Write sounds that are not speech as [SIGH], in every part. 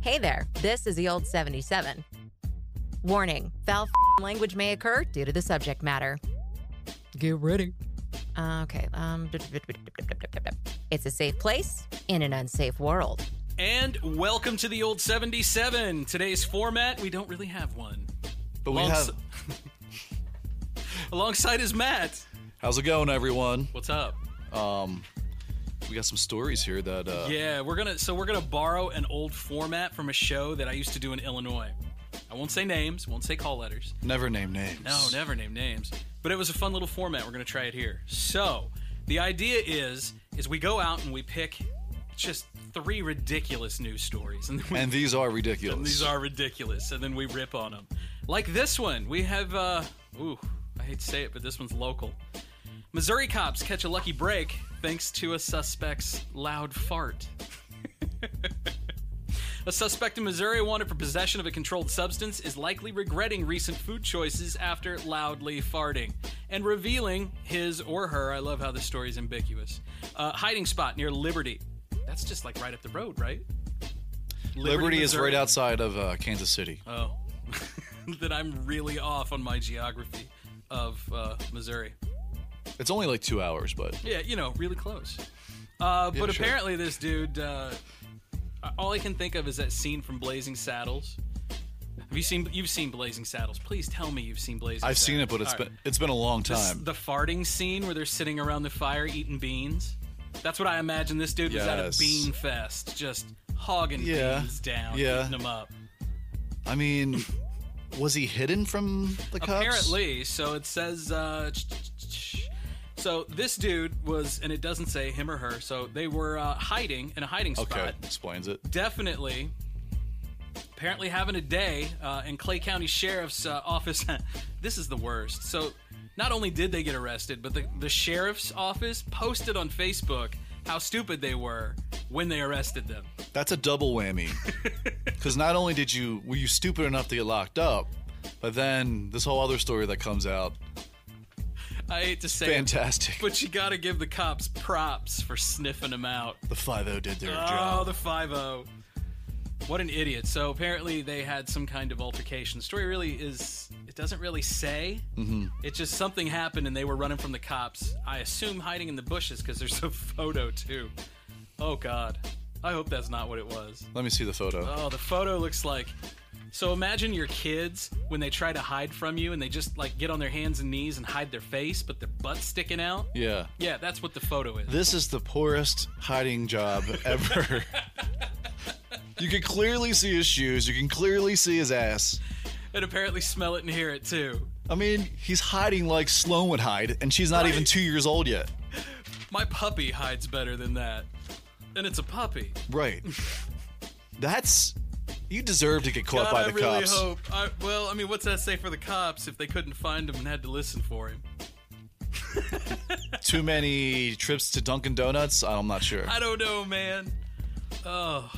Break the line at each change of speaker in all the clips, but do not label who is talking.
Hey there, this is the old 77. Warning foul f***ing language may occur due to the subject matter.
Get ready.
Uh, okay, um, it's a safe place in an unsafe world.
And welcome to the old 77. Today's format, we don't really have one.
But we
Longs-
have.
[LAUGHS] Alongside is Matt.
How's it going, everyone?
What's up?
Um, we got some stories here that. Uh,
Yeah, we're gonna so we're gonna borrow an old format from a show that I used to do in Illinois. I won't say names, won't say call letters.
Never name names.
No, never name names. But it was a fun little format. We're gonna try it here. So the idea is is we go out and we pick just three ridiculous news stories, and then we
And these are ridiculous.
And these are ridiculous, and then we rip on them. Like this one, we have. Uh, ooh, I hate to say it, but this one's local. Missouri cops catch a lucky break thanks to a suspect's loud fart. [LAUGHS] a suspect in Missouri wanted for possession of a controlled substance is likely regretting recent food choices after loudly farting and revealing his or her. I love how this story is ambiguous. Uh, hiding spot near Liberty. That's just like right up the road, right?
Liberty is
Missouri.
right outside of uh, Kansas City.
Oh, [LAUGHS] that I'm really off on my geography of uh, Missouri.
It's only like two hours, but
Yeah, you know, really close. Uh, but
sure.
apparently, this dude. Uh, all I can think of is that scene from Blazing Saddles. Have you seen? You've seen Blazing Saddles. Please tell me you've seen Blazing.
I've
Saddles.
seen it, but it's
All right.
been it's been a long
This-
time.
the farting scene where they're sitting around the fire eating beans. That's what I imagine this dude was at a
Yes.
bean fest, just hogging
Yeah.
beans down,
Yeah.
eating them up.
I mean, was he hidden from the cops?
Apparently, so it says. Uh, ch- ch- ch- so this dude was, and it doesn't say him or her. So they were uh, hiding in a hiding spot.
Okay, explains it.
Definitely. Apparently having a day uh, in Clay County Sheriff's uh, office. [LAUGHS] this is the worst. So, not only did they get arrested, but the, the sheriff's office posted on Facebook how stupid they were when they arrested them.
That's a double
[LAUGHS]
whammy. Because not only did you were you stupid enough to get locked up, but then this whole other story that comes out,
I hate to say it,
fantastic.
but you got to give the cops props for sniffing them out.
the five O did their
Oh,
job.
the 5 0. What an idiot. So apparently they had some kind of altercation. The story really is, it doesn't really say. Mm-hmm. It's just something happened and they were running from the cops. I assume hiding in the bushes because there's a [LAUGHS] photo too. Oh, God. I hope that's not what it was.
Let me see the photo.
Oh, the photo looks like. So imagine your kids when they try to hide from you and they just like get on their hands and knees and hide their face, but their butt's sticking out.
yeah.
Yeah, that's what the photo is.
This is the poorest hiding job ever. you can clearly see his shoes. You can clearly see his ass.
And apparently smell it and hear it too.
I mean, he's hiding like Sloan would hide, and she's not even
Right.
two years old yet.
My puppy hides better than that. And it's a puppy.
Right. That's. You deserve to get caught
God,
by
I
the
really
cops.
hope. I, well, I mean, what's that say for the cops if they couldn't find him and had to listen for him?
Too many trips to Dunkin' Donuts? I'm not sure.
I don't know, man. Oh,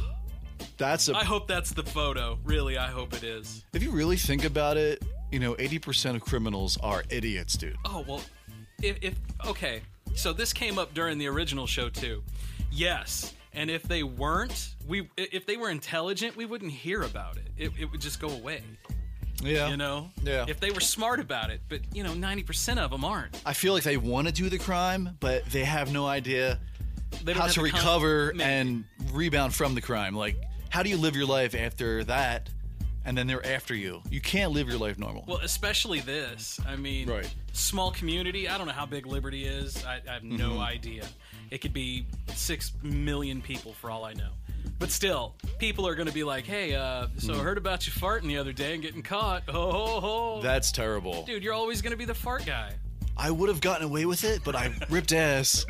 That's a.
I hope that's the photo. Really, I hope it is.
if you really think about it, you know, 80% of criminals are idiots, dude.
Oh well, if, if okay, so this came up during the original show too. Yes, and if they weren't, we i- if they were intelligent, we wouldn't hear about it. It, it would just go away.
Yeah.
You know.
Yeah.
If they were smart about it, but you know, ninety percent of them aren't.
I feel like they want to do the crime, but they have no idea
They don't
how
have
to
the con-
recover
Maybe.
and rebound from the crime. Like, how do you live your life after that, and then they're after you? You can't live your life normal.
Well, especially this. I mean,
Right.
small community. I don't know how big Liberty is. I, I have no
Mm-hmm.
idea. It could be six million people for all I know. But still, people are going to be like, "Hey, uh, so
Mm-hmm.
I heard about you farting the other day and getting caught." [LAUGHS] Ho ho ho!
That's terrible.
Dude, you're always going to be the fart guy.
I would have gotten away with it, but I ripped ass.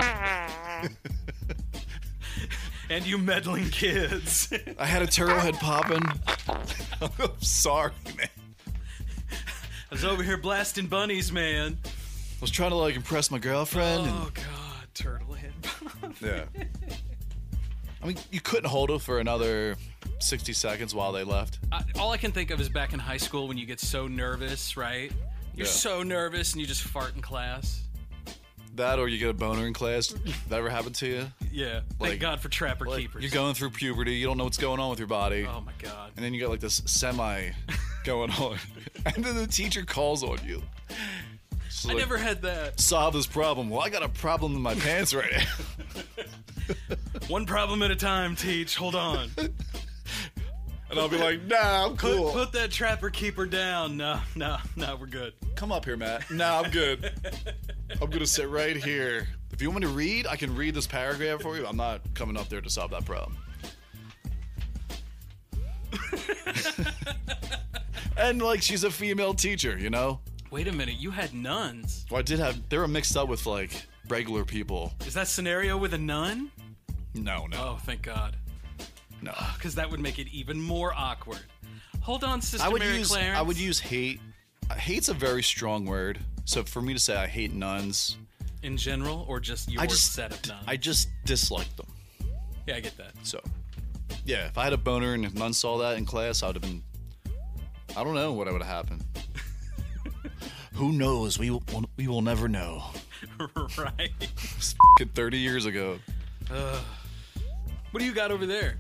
And you meddling kids. [LAUGHS]
I had a tarot head popping. [LAUGHS] I'm sorry, man.
I was over here blasting bunnies, man.
I was trying to like impress my girlfriend.
Oh God, turtle head. [LAUGHS]
And, yeah. I mean, you couldn't hold it for another 60 seconds while they left.
I, all I can think of is back in high school when you get so nervous, right? You're
Yeah.
so nervous and you just fart in class.
That or you get a boner in class. That ever happened to you?
Yeah.
Like-
Thank God for trapper
Like,
keepers.
you're going through puberty. You don't know what's going on with your body.
oh my God.
and then you got like this semi going on, [LAUGHS] and then the teacher calls on you. She's
I
like,
never had that.
solve this problem. Well, I got a problem in my pants right now. [LAUGHS]
One problem at a time, teach. Hold
[LAUGHS]
on.
And I'll be like, Nah, I'm
Put,
cool.
put that trapper keeper down. No, no, no, we're good.
Come up here, Matt. Nah, I'm good. I'm gonna sit right here. If you want me to read, I can read this paragraph for you. I'm not coming up there to solve that [LAUGHS] problem. and like, she's a female teacher, you know.
Wait a minute. You had nuns.
Well, I did have. They were mixed up with like regular people.
Is that scenario with a nun?
No, no,
Oh, thank God.
no.
Because that would make it even more awkward. Hold on, Sister
I would
Mary
use.
Clarence.
I would use hate. Uh, Hate's a very strong word. So for me to say I hate nuns,
in general, or just your
I just
set of nuns.
I just dislike them.
yeah, I get that. [LAUGHS]
So, yeah, if I had a boner and if none saw that in class, I would have been. I don't know what would have happened. [LAUGHS] Who knows? We will, we will never know.
right.
It's f***ing 30 years ago.
What do you got over there?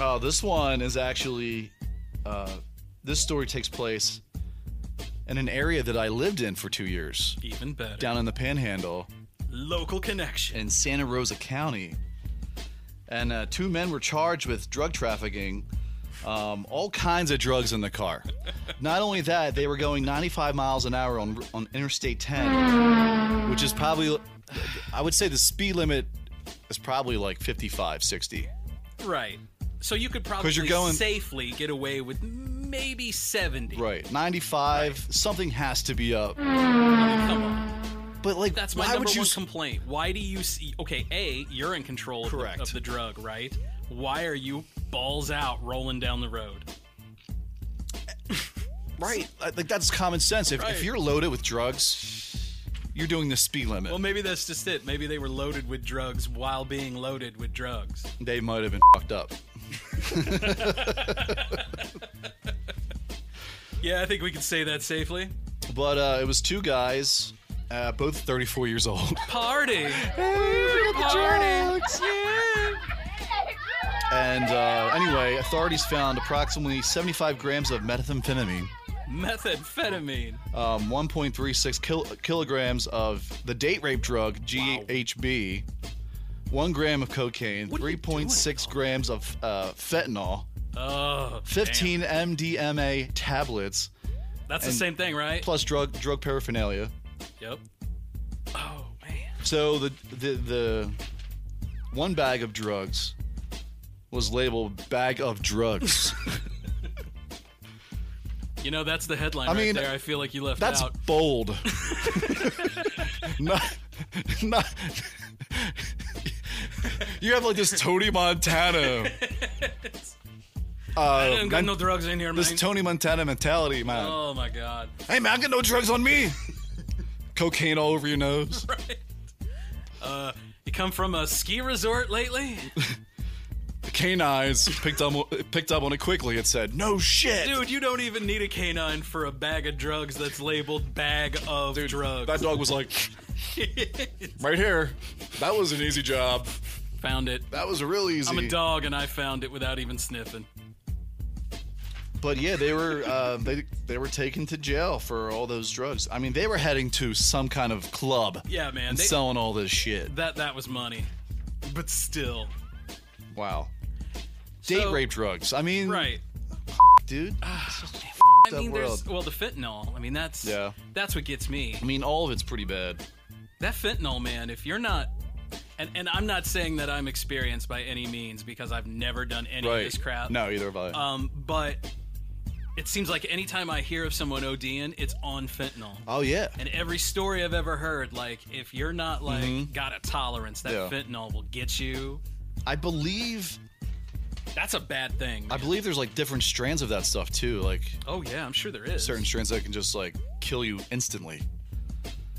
Oh, this one is actually. Uh, this story takes place in an area that I lived in for two years
Even better.
down in the panhandle.
Local connection.
in Santa Rosa County. And uh, two men were charged with drug trafficking, um, all kinds of drugs in the car. Not only that, they were going 95 miles an hour on, on Interstate 10, which is probably, I would say the speed limit is probably like 55, 60.
Right. So you could probably
you're going-
safely get away with maybe 70.
Right. 95, something has to be up.
Come on.
But like,
That's my
why
number
would you.
one
s-
complaint. Why do you see. Okay, A, you're in control of the-
Correct.
Of, the, drug, right? Why are you balls out rolling down the road?
[LAUGHS] right. Like, that's common sense. If,
Right.
if you're loaded with drugs, you're doing the speed limit.
Well, maybe that's just it. Maybe they were loaded with drugs while being loaded with drugs.
they might have been fucked up.
Yeah, I think we can say that safely.
But uh, it was two guys, uh, both 34
[LAUGHS]
years old. [LAUGHS]
Party.
Party. And uh, anyway, authorities found approximately 75 grams of methamphetamine,
Methamphetamine.
um, 1.36 kil- kilograms of the date rape drug GHB, one gram of cocaine,
What are you
3.6 grams of uh, fentanyl,
Oh,
15 MDMA tablets,
damn. That's the
and-
same thing, right?
plus drug drug paraphernalia.
Yep. Oh man.
So the the the one bag of drugs was labeled bag of
[LAUGHS]
drugs.
You know that's the headline.
I
right
mean,
there. I feel like you left
That's [LAUGHS]
out. [LAUGHS]
bold. not, not, you have like this
[LAUGHS]
Tony Montana,
I didn't got
man,
no drugs in here, man.
this Tony Montana mentality, man.
oh my god.
Hey man, I got no drugs on me. Cocaine all over
[LAUGHS]
your nose.
You come from a ski resort
[LAUGHS]
lately,
Cane eyes picked up picked up on it quickly. It said, "No shit,
dude. You don't even need a canine for a bag of drugs that's labeled bag of drugs.
That dog was [LAUGHS] like, right here. That was an easy job.
Found it.
That was real easy.
I'm a dog and I found it without even sniffing.
But yeah, they were uh, they they were taken to jail for all those drugs. I mean, they were heading to some kind of club.
Yeah, man,
and
they-
selling all this shit.
That that was money, but still,
Wow. Date
So-
rape drugs. I mean,
right?
dude.
I mean,
That
there's
world.
well the fentanyl. I mean, that's
Yeah.
that's what gets me.
I mean, all of it's pretty bad.
That fentanyl, man, if you're not and, and I'm not saying that I'm experienced by any means because I've never done any of this crap.
No, either of us.
Um, but it seems like anytime I hear of someone ODing, it's on fentanyl.
oh yeah.
And every story I've ever heard, like, if you're not like got a tolerance, that
Mm-hmm. Yeah.
fentanyl will get you.
I believe
That's a bad thing.
I
man.
believe there's like different strands of that stuff too. Like
oh yeah, I'm sure there is.
certain strands that can just like kill you instantly.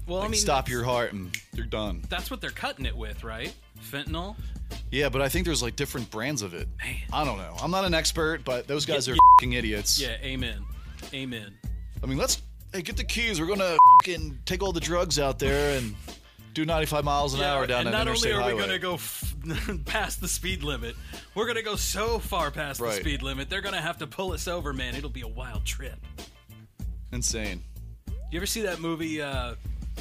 well, I
Like,
mean,
stop your heart and you're done.
That's what they're cutting it with, right? Fentanyl.
Yeah, but I think there's like different brands of it. I don't know. I'm not an expert, but those guys
Yeah,
are fing idiots.
Yeah. Amen. Amen.
I mean, let's hey, get the keys. We're gonna fing take all the drugs out there and do 95 miles an hour down
and
an
not only
interstate
are we
highway.
going to go f- [LAUGHS] past the speed limit, we're going to go so far past
Right.
the speed limit, they're going to have to pull us over, man. It'll be a wild trip.
Insane.
You ever see that movie uh,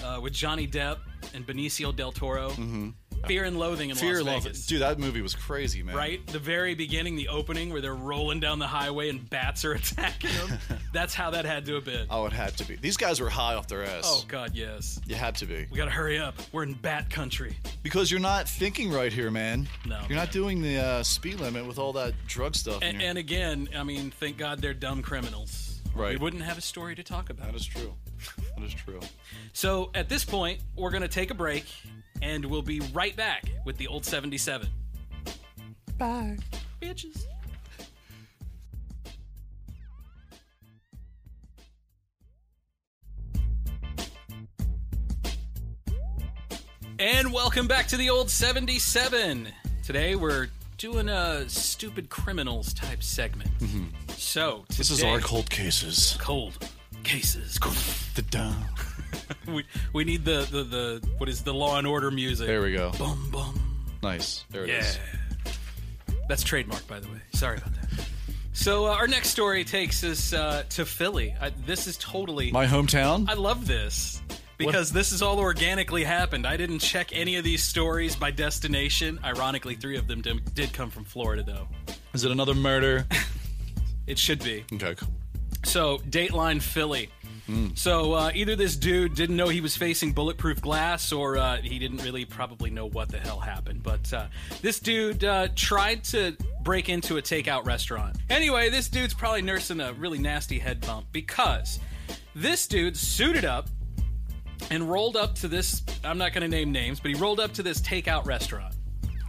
uh, with Johnny Depp and Benicio del Toro? Mm-hmm. Fear and Loathing in
Fear
Las
Love.
Vegas.
Dude, that movie was crazy, man.
Right? The very beginning, the opening where they're rolling down the highway and bats are [LAUGHS] attacking them.
[LAUGHS]
That's how that had to have been.
Oh, it had to be. These guys were high off their ass.
Oh, God, yes.
You had to be.
We got to hurry up. We're in bat country.
Because you're not thinking right here, man.
No,
You're
man.
not doing the uh, speed limit with all that drug stuff. in
And,
your-
and again, I mean, thank God they're dumb criminals. We
Right.
wouldn't have a story to talk
that
about.
is true. That is true.
So at this point, we're going to take a break and we'll be right back with the old 77.
Bye.
Bitches. And welcome back to the old 77. Today we're doing a stupid criminals type segment. So
Mm-hmm. This is
today-
our cold cases.
cold cases. [LAUGHS]
The dumb.
We, we need the, the the what is the Law and Order music?
There we go.
Bum bum.
Nice. There it
Yeah.
is.
That's trademark, by the way. Sorry about that. So uh, our next story takes us uh, to Philly. I, this is totally.
My hometown.
I love this because this is all organically happened. I didn't check any of these stories by destination. Ironically, three of them dim- did come from Florida, though.
Is it another murder?
It should be.
[LAUGHS] okay. cool.
So, Dateline Philly. So, uh, either this dude didn't know he was facing bulletproof glass, or uh, he didn't really probably know what the hell happened. But uh, this dude uh, tried to break into a takeout restaurant. Anyway, this dude's probably nursing a really nasty head bump because this dude suited up and rolled up to this. I'm not going to name names, but he rolled up to this takeout restaurant,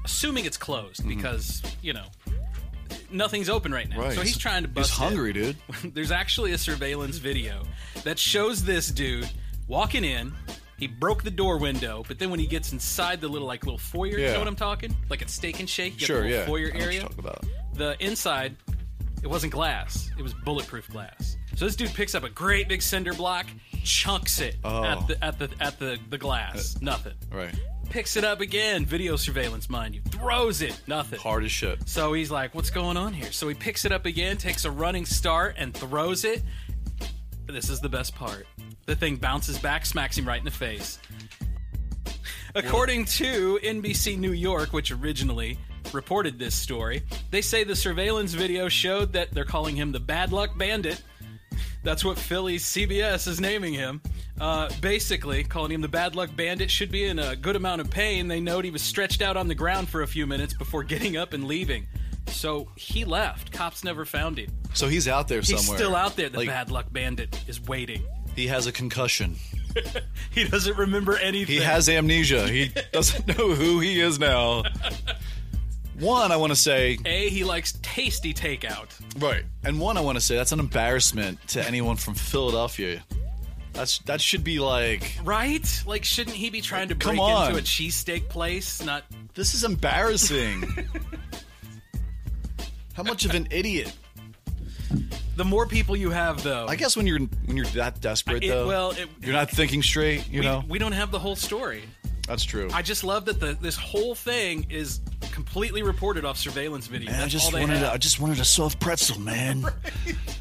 assuming it's closed
Mm-hmm.
because, you know. Nothing's open right now,
Right.
so he's trying to bust.
He's
in
hungry,
[LAUGHS]
dude.
there's actually a surveillance video that shows this dude walking in. He broke the door window, but then when he gets inside the little like little foyer, you
Yeah.
know what I'm talking? Like at Steak and Shake, you got
Sure.
the little
Yeah.
foyer
I know what you're
area.
talking about.
The inside, it wasn't glass; it was bulletproof glass. So this dude picks up a great big cinder block, chunks it at
Oh. Uh,
the at the at the the glass. Nothing.
Right.
Picks it up again, video surveillance, mind you. Throws it, nothing.
Hard as shit.
So he's like, "What's going on here?" So he picks it up again, takes a running start, and throws it. This is the best part. The thing bounces back, smacks him right in the face. According to NBC New York, which originally reported this story, they say the surveillance video showed that they're calling him the Bad Luck Bandit. That's what Philly's CBS is naming him. Uh, basically, calling him the Bad Luck Bandit should be in a good amount of pain. They note he was stretched out on the ground for a few minutes before getting up and leaving. So he left. Cops never found him.
So he's out there
He's
somewhere.
still out there. The
Like,
Bad Luck Bandit is waiting. [LAUGHS]
He has a concussion.
He doesn't remember anything.
He has amnesia.
[LAUGHS]
He doesn't know who he is now. One, I want to say,
A, he likes tasty takeout.
right, and one, I want to say that's an embarrassment to anyone from Philadelphia. That's that should be like
Right? Like, shouldn't he be trying to break
Come
into
on.
a cheesesteak place? Not.
this
[LAUGHS]
is embarrassing. How much of an idiot?
The more people you have, though.
I guess when you're when you're that desperate,
It-
though,
well, it-
you're not thinking straight. You
we,
know,
we don't have the whole story.
that's true.
I just love that the this whole thing is completely reported off surveillance video.
Man, I
That's all
just
they
wanted
have.
a, I just wanted a soft
[LAUGHS]
pretzel, man.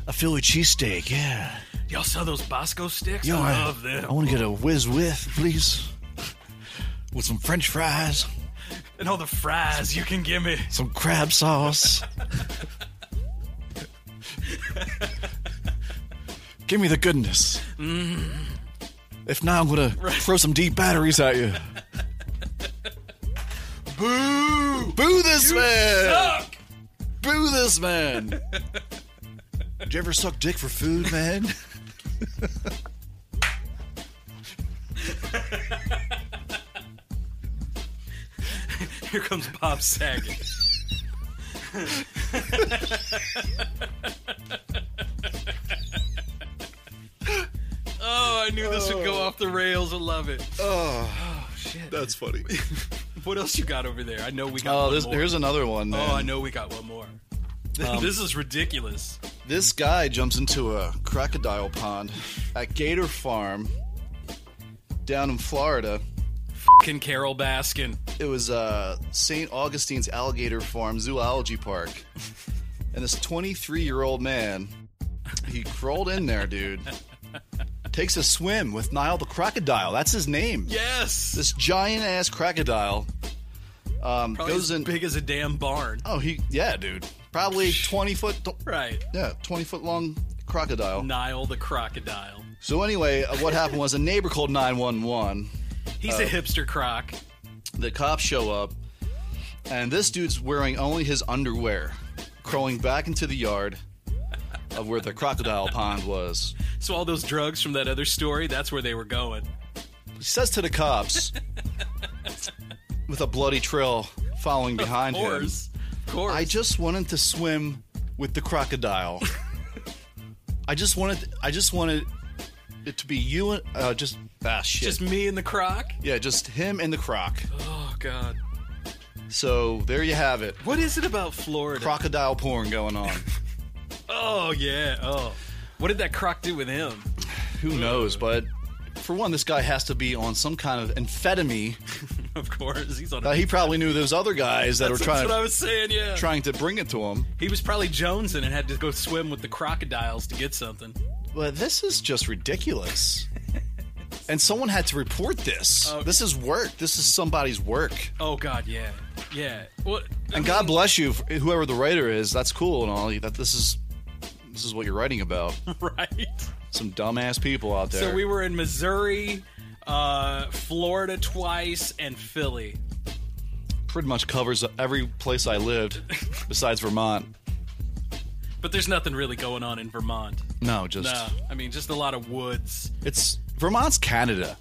A Philly cheesesteak, yeah.
Y'all saw those Bosco sticks?
Yo,
I
I,
love them.
I want to get a whiz with, please. With some french fries,
and all the fries you can give me.
some crab sauce. Give me the goodness. If not, I'm going to throw some deep batteries at you. Boo! Boo this man!
Suck!
Boo this man! Did you ever suck dick for food, man?
Here comes Bob Saget. [LAUGHS] oh, I knew this would go off the rails. I love it.
That's funny.
What else you got over there? I know we got
Oh,
one
there's, Um,
more.
here's another one. Man.
oh, I know we got one more. [LAUGHS] this is ridiculous.
This guy jumps into a crocodile pond at Gator Farm down in Florida.
Fucking Carol Baskin.
It was uh, St. Augustine's Alligator Farm Zoology Park. And this 23 year old man, he crawled in there, dude. Takes a swim with Nile the crocodile. That's his name.
Yes.
This giant ass crocodile um,
Probably
goes
as
in.
big as a damn barn.
Oh, he yeah, dude. Probably 20 foot.
Right.
Yeah, 20 foot long crocodile.
Nile the crocodile.
So anyway, uh, what happened was a neighbor called 911.
He's a hipster croc.
The cops show up, and this dude's wearing only his underwear, crawling back into the yard of where the crocodile pond was.
So all those drugs from that other story, that's where they were going.
He says to the
[LAUGHS]
cops, with a bloody trail following behind
of
him,
course. Of course.
I just wanted to swim with the crocodile. I just wanted, I just wanted it to be you and uh, just ah shit,
just me and the croc?
yeah, just him and the croc.
Oh god.
So there you have it.
What is it about Florida?
Crocodile porn going on.
[LAUGHS] Oh yeah. Oh. What did that croc do with him? [LAUGHS]
Who knows? But for one, this guy has to be on some kind of amphetamine.
of course. He's on a [LAUGHS]
Uh, he probably knew those other guys that were
That's
trying
what I
to,
was saying, yeah.
trying to bring it to him.
he was probably jonesing and had to go swim with the crocodiles to get something.
But this is
[LAUGHS]
just ridiculous. and someone had to report this.
Oh.
this is work. This is somebody's work.
Oh god, yeah. Yeah. What [LAUGHS]
And God bless you, for- whoever the writer is. That's cool and all. That this is this is what you're writing about.
right.
Some dumbass people out there.
So we were in Missouri, uh, Florida twice, and Philly.
pretty much covers every place
[LAUGHS]
I lived besides Vermont.
But there's nothing really going on in Vermont.
No, just
No, I mean just a lot of woods.
It's Vermont's Canada.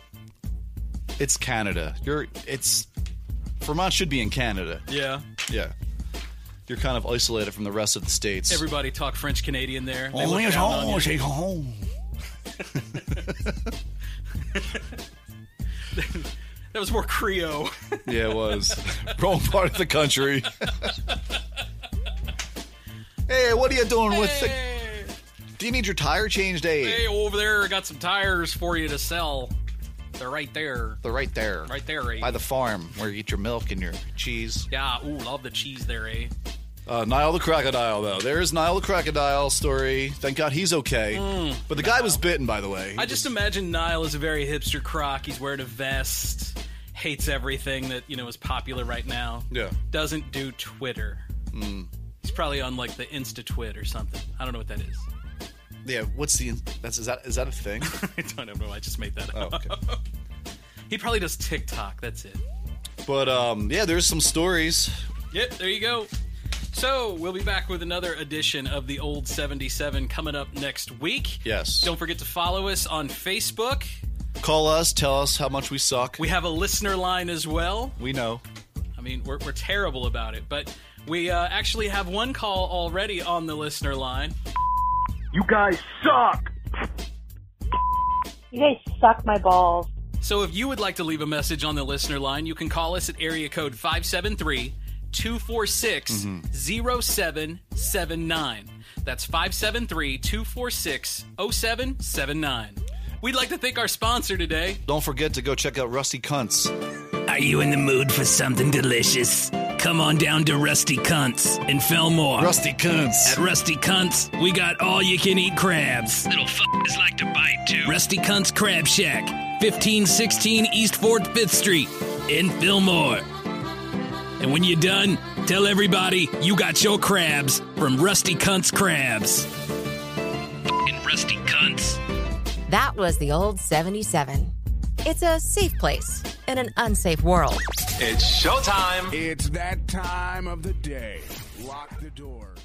It's Canada. You're it's Vermont should be in Canada.
Yeah,
Yeah. You're kind of isolated from the rest of the states.
everybody talk French Canadian there. They look
Only at
down on
home,
you.
take home.
That was more
[LAUGHS]
Creole.
Yeah, it was. [LAUGHS] Wrong part of
[LAUGHS]
the country. hey, what are you doing with the
hey,
Do you need your tire changed, Abe?
hey, over there, I got some tires for you to sell. They're right there.
They're right there.
Right there, eh?
By the farm where you get your milk and your cheese.
Yeah, ooh, love the cheese there, eh?
Uh, Nile the crocodile, though. There's Nile the crocodile story. Thank God he's okay. but the guy was bitten, by the way.
Mm. I just imagine Niall is a very hipster croc. He's wearing a vest, hates everything that you know is popular right now.
Yeah.
doesn't do Twitter. He's probably on like the Insta Twit or something. I don't know what that is. [LAUGHS]
Yeah. What's the? That's is that is that a thing?
I don't know. I just made that
Oh,
up.
okay.
He probably does TikTok. That's it.
but um, yeah, there's some stories.
Yep, there you go. So we'll be back with another edition of the Old 77 coming up next week.
Yes.
Don't forget to follow us on Facebook.
Call us. Tell us how much we suck.
We have a listener line as well.
we know.
I mean, we're, we're terrible about it, but we uh, actually have one call already on the listener line.
You guys suck!
You guys suck my balls.
So if you would like to leave a message on the listener line, you can call us at area code 573 246 0779. That's 573 246 0779. We'd like to thank our sponsor today.
Don't forget to go check out Rusty Cunts.
Are you in the mood for something delicious? Come on down to Rusty Cunts in Fillmore.
Rusty Cunts.
At Rusty Cunts, we got all you can eat crabs. Little fuckers like to bite too. Rusty Cunts Crab Shack, 1516 East 4th 5th Street in Fillmore. And when you're done, tell everybody you got your crabs from Rusty Cunts Crabs. Fucking Rusty Cunts.
That was the old 77. It's a safe place in an unsafe world.
It's showtime.
It's that time of the day. Lock the door.